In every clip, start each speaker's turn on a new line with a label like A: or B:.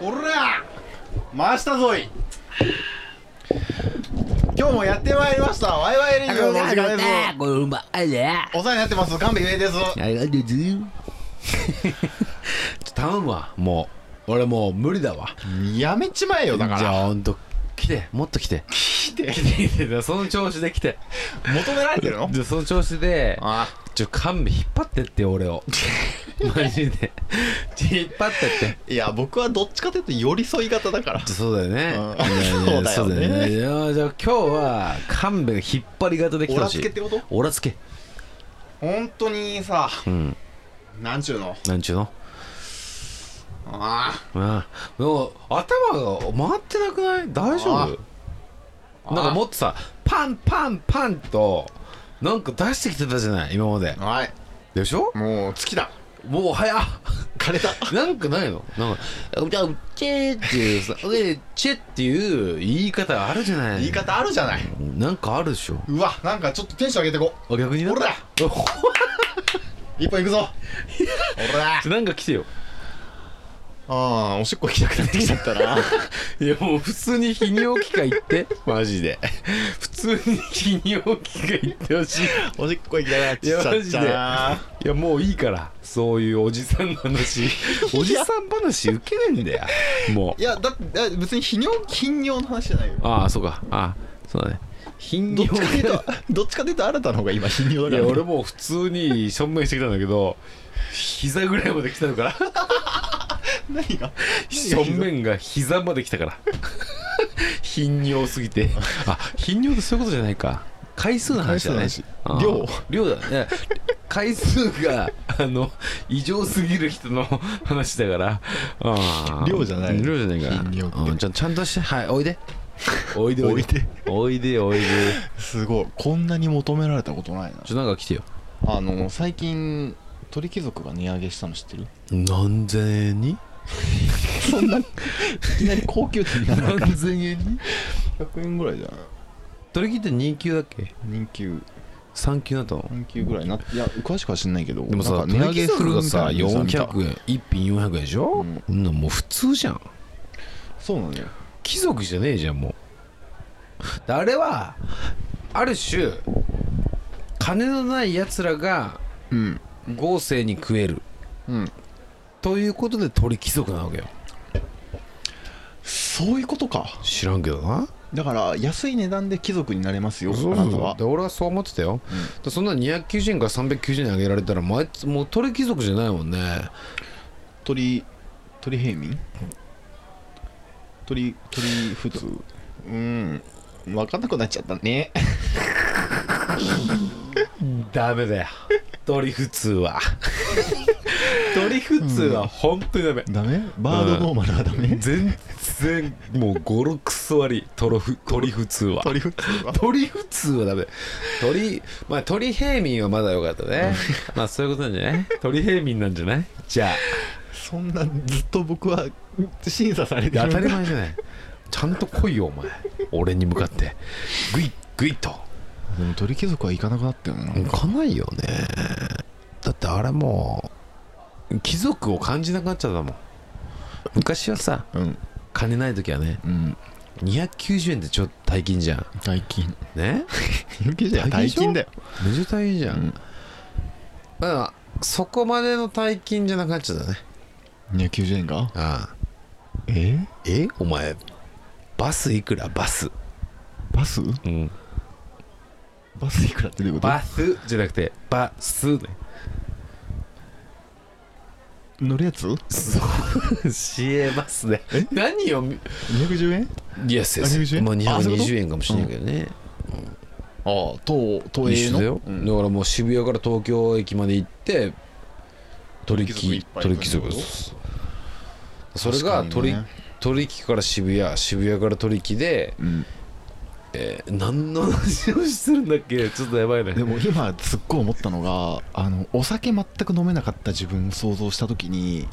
A: おら回したぞい今日もやってまいりましたワイワイレディオのお時間です
B: これうまいね
A: お世話になってます神戸ゆえです
B: ありがとうず頼むわもう俺もう無理だわ
A: やめちまえよだか
B: じ
A: ら
B: ゃあほんと来てもっと来て
A: 聞いて
B: 来てその調子で来て
A: 求められてるの
B: じゃあその調子で
A: あ
B: ちょ神戸引っ張ってって俺をマジでちょ引っ張ってって
A: いや僕はどっちかというと寄り添い型だから
B: そうだよね
A: うん
B: いやいや
A: そうだよね
B: いやじゃあ今日は神戸が引っ張り型で来
A: オ
B: てほ
A: ラ
B: し
A: つ
B: い
A: けってこと
B: オラつけ
A: 本当にさ
B: うん
A: なんちゅうの
B: なんちゅうの
A: あ
B: あでも頭が回ってなくない大丈
A: あ
B: 夫なんかもっとさパンパンパンとなんか出してきてたじゃない今まで
A: あはい
B: でしょ
A: もう月だ
B: もう早っ
A: 枯れた
B: なんかないのなんか「じゃあうちえ」ってい うさ「でチェ」っていう言い方あるじゃない
A: 言い方あるじゃない
B: なんかあるでしょ
A: うわなんかちょっとテンション上げてこ
B: あ逆にな
A: ほら一本行く ぞおら
B: お なんか来てよ
A: ああおしっこ行きたくなってきちゃったな
B: いやもう普通に泌尿器科行ってマジで普通に泌尿器科行ってほしい
A: おしっこ行きたくなっちゃったない
B: やもういいからそういうおじさんの話おじさん話受けないんだよも
A: いやだってだって別に泌尿頻尿の話じゃないよ
B: うああそうかああそうだね頻
A: どっ
B: 尿
A: ちかというとどっちかというと新たの方が今頻尿
B: い
A: だ
B: や
A: から、
B: 俺もう普通に正面してきたんだけど膝ぐらいまで来たのから
A: 何が
B: 正面が膝まで来たから頻尿すぎてあ頻尿ってそういうことじゃないか回数の話だね
A: 回数の
B: ああ
A: 量
B: 量だね回数があの異常すぎる人の話だからああ
A: 量じゃない
B: 量じゃないから
A: 頻尿って
B: うんちゃんちゃんとしてはいおいで おいでおいでおいでおいです
A: ごいこんなに求められたことないな
B: ちょなんか来てよ
A: あの最近鳥貴族が値上げしたの知ってる
B: 何千円に
A: そんないきなり高級店にな る
B: 何千円に
A: 100円ぐらいじゃない
B: 取り切って2級だっけ
A: 人級
B: 3級だったの
A: 3級ぐらいないや詳しくは知んないけど
B: でもさ
A: なんか
B: 値上げするがさ
A: みたいなのさ見た
B: 400円1品400円でしょ、
A: うん
B: そんなんもう普通じゃん
A: そうなのよ
B: 貴族じゃねえじゃんもうであれはある種金のないやつらが
A: うん
B: 豪勢に食える
A: うん
B: ということで鳥貴族なわけよ
A: そういうことか
B: 知らんけどな
A: だから安い値段で貴族になれますよあなたは
B: で俺はそう思ってたよ、でそんな290円から390円上げられたらもうあいつもう鳥貴族じゃないもんね
A: 鳥鳥平民鳥鳥普通うん分かんなくなっちゃったね
B: ダメだよ鳥普通 は鳥普通は本当にダメ、
A: ダメバードノーマルはダメ、
B: 全然もう56割トロフ鳥普通は
A: 鳥普通は
B: 鳥普通はダメ鳥まあ鳥平民はまだよかったね まあそういうことなんじゃない鳥平民なんじゃないじゃあ
A: そんなずっと僕は審査されて
B: いや
A: る
B: 当たり前じゃないちゃんと来いよお前俺に向かってグイッグイッと
A: でも鳥貴族は行かなくなったよな、
B: 行かないよねだってあれもう貴族を感じなくなっちゃったもん昔はさ
A: うん
B: 金ない時はね
A: うん
B: 290円でちょっと大金じゃん
A: 大金
B: ね
A: 大金だよ
B: めちゃ大変じゃん、
A: うん
B: だからそこまでの大金じゃなくなっちゃったね
A: 290円が
B: ああ
A: え
B: えお前バスいくらバス、
A: バス
B: うん、
A: バスいくらってどういうこと
B: バスじゃなくてバスね
A: 乗るやつ
B: そう市営バスね
A: え
B: 何を
A: 210円
B: いや先
A: 220
B: 生
A: 円
B: まあ
A: あそういうこと
B: 220円かもしれないけどね、
A: ああ東東映
B: 一緒
A: の
B: だよ、
A: うん
B: だからもう渋谷から東京駅まで行って
A: 鳥
B: 鳥
A: 貴族い
B: 貴
A: っぱい
B: 鳥貴
A: 行く
B: 族
A: んだ
B: で
A: よ
B: すそれが
A: 確か
B: 鳥
A: にね
B: 鳥貴から渋谷渋谷から鳥貴で、
A: うん
B: えー、何の話をするんだっけちょっとやばいね
A: でも今すっごい思ったのがあのお酒全く飲めなかった自分を想像した時に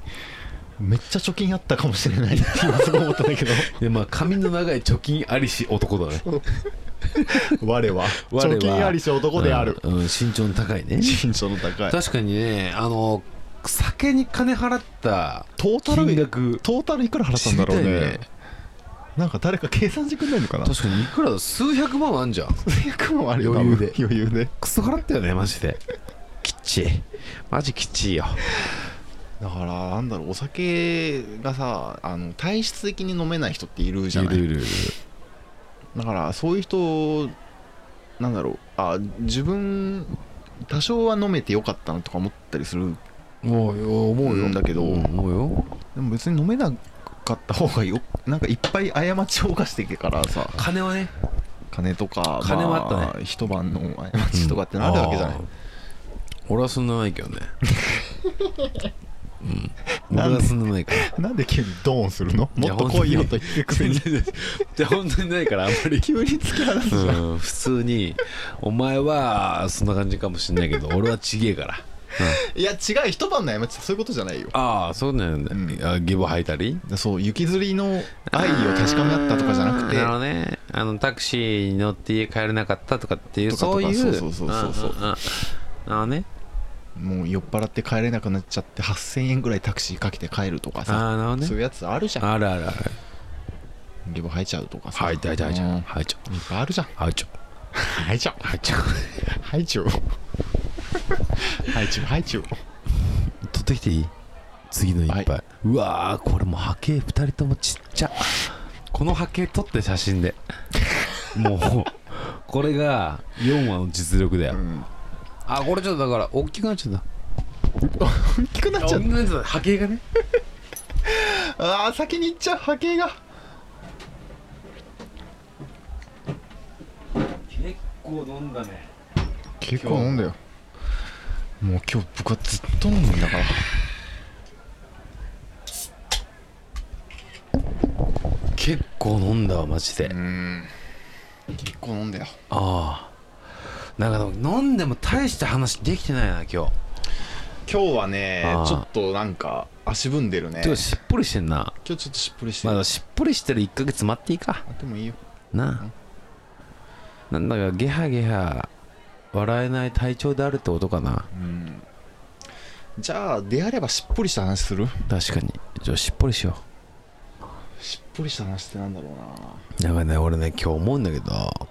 A: めっちゃ貯金あったかもしれないって今すごい思ったんだ けど
B: でまあ髪の長い貯金ありし男だね
A: 我は
B: 我は
A: 貯金ありし男である、
B: うんうん身長の高いね
A: 身長の高い
B: 確かにねあの酒に金払った
A: トータ
B: 金
A: ル
B: 額
A: トータルいくら払ったんだろう
B: 知り
A: ね
B: たい
A: なんか誰か計算してくんないのかな
B: 確かにいくらだ数百万あんじゃん
A: 100万あるよ
B: 余裕で
A: 余裕で
B: クソ払ったよねマジできっちいマジきっちいよ
A: だからなんだろうお酒がさあの体質的に飲めない人っているじゃない
B: いるいるいる
A: だからそういう人なんだろうあ自分多少は飲めてよかったなとか思ったりする
B: もうよ思う
A: う
B: よ
A: んだけど
B: 思うよ
A: でも別に飲めなかった方がよなんかいっぱい過ちを犯してきてからさ
B: 金はね
A: 金とか
B: 金もあったね
A: ま一晩の過ちとかってなるわけじゃない、
B: あー俺はそんなないけ どねうん
A: なん
B: 俺
A: で
B: はそんなないから
A: なんで急にドーンするの
B: い
A: も
B: や
A: っと来いよと言ってくせに
B: じゃあ本当にないからあんまり
A: 急に突き放すじゃん、
B: うん普通にお前はそんな感じかもしんないけど俺はちげえから、
A: いや違う一晩の過ちってそういうことじゃないよ
B: ああそうなんだ、
A: うん
B: あゲボ吐いたり
A: そう雪吊りの愛を確かめ合ったとかじゃなくて
B: なるほどねあのタクシーに乗って家帰れなかったとかっていう
A: とかと
B: そ
A: か
B: ういう
A: そうそうそうそうそうん
B: んんああね
A: もう酔っ払って帰れなくなっちゃって8000円ぐらいタクシーかけて帰るとかさ
B: ああなるほど
A: そうい
B: ね
A: うやつあるじゃん
B: あるあるある
A: ゲボ吐いちゃうとかさ
B: 吐いた吐いた
A: うんいっ
B: 吐いちゃ
A: ぱいあるじゃん
B: う吐いちゃ
A: 吐いちゃ
B: う吐いちゃう
A: う吐いちゃう吐いちゃう吐いちゃう
B: 取ってきていい次の一杯、
A: は
B: うわーこれもう波形2人ともちっちゃこの波形撮って写真 でもうこれが4話の実力だよ、
A: うん
B: あこれちょっとだから大きくなっちゃった
A: 大きくなっちゃう
B: なっちゃった波形がね
A: ああ先に行っちゃう波形が
B: 結構飲んだね
A: 結構飲んだよもう今日僕はずっと飲んでんだから
B: 結構飲んだわマジで、あ
A: うん結構飲んだよ
B: あなんかでも飲んでも大した話できてないな今日
A: 今日はね
B: あー
A: ちょっとなんか足踏んでるね
B: 今
A: 今
B: 日
A: 日
B: しっぽりしてんな、
A: ちょっとしっぽりして
B: ま
A: る、
B: あ、しっぽりしてる1ヶ月待っていいか
A: あ、でもいいよ
B: なあなんだかゲハゲハ笑えない体調であるってことかな
A: うんじゃあであればしっぽりした話する
B: 確かにじゃあしっぽりしよ
A: しっぽりした話ってなんだろうな
B: うやばいね俺ね今日思うんだけど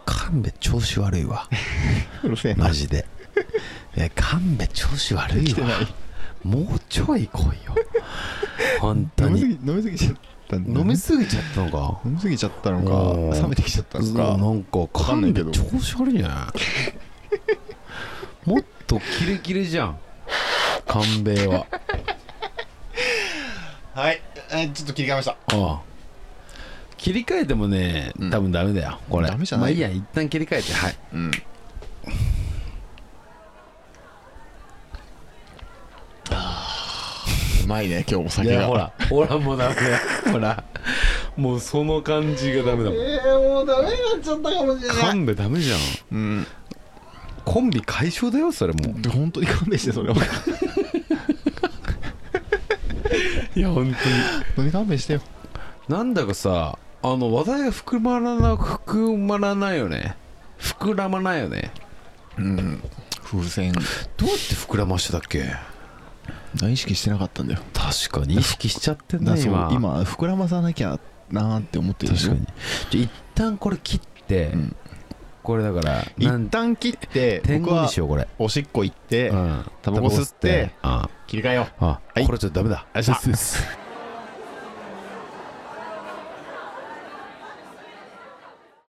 B: 神戸調子悪いわ
A: うるせえ
B: マジ でいや神戸調子悪
A: 来
B: い
A: て
B: わ
A: ない
B: もうちょい来い よ本当
A: 飲みす
B: に
A: ぎ飲みすぎちゃったんだね
B: 飲みすぎちゃったのか
A: 飲みすぎちゃった
B: う
A: の
B: ん
A: か冷めてきちゃった
B: う
A: の
B: ん
A: か
B: なんか
A: かんない
B: 神
A: け
B: 戸
A: ど
B: 調子悪いん じゃないもっとキレキレじゃん神戸は
A: はい、えーちょっと切り替えました
B: ああ切り替えてもね
A: うん
B: 多分ダメだよ、これ
A: ダメじゃない
B: まあいいや一旦切り替えてはい
A: うんうまいね今日お酒が
B: らほらも うダメだよほらもうその感じがダメだもん
A: えー、もうダメになっちゃったかもしれない
B: 神戸ダメじゃん
A: うん
B: コンビ解消だよそれも
A: で本当に勘弁して それは本
B: ういや本当に
A: 当に勘弁してよ
B: なんだかさあの話題が膨まらな膨まらないよね膨らまないよね
A: うん風船
B: どうやって膨らましてたっけ
A: 大意識してなかったんだよ
B: 確かに意識しちゃってん
A: だ
B: だ
A: そう
B: 今
A: 今膨らまさなきゃなーって思ってるでし
B: 確か
A: ょ
B: にじゃあ一旦これ切って、
A: うん
B: これだからなん
A: 一旦切って
B: 天
A: 僕
B: 狗
A: は
B: にしようこれ、
A: おしっこ行って
B: うん、
A: タバコ吸って
B: あ
A: 切り替えよう
B: あ、
A: はい
B: これちょっとダメだ
A: よっしゃ
B: ですです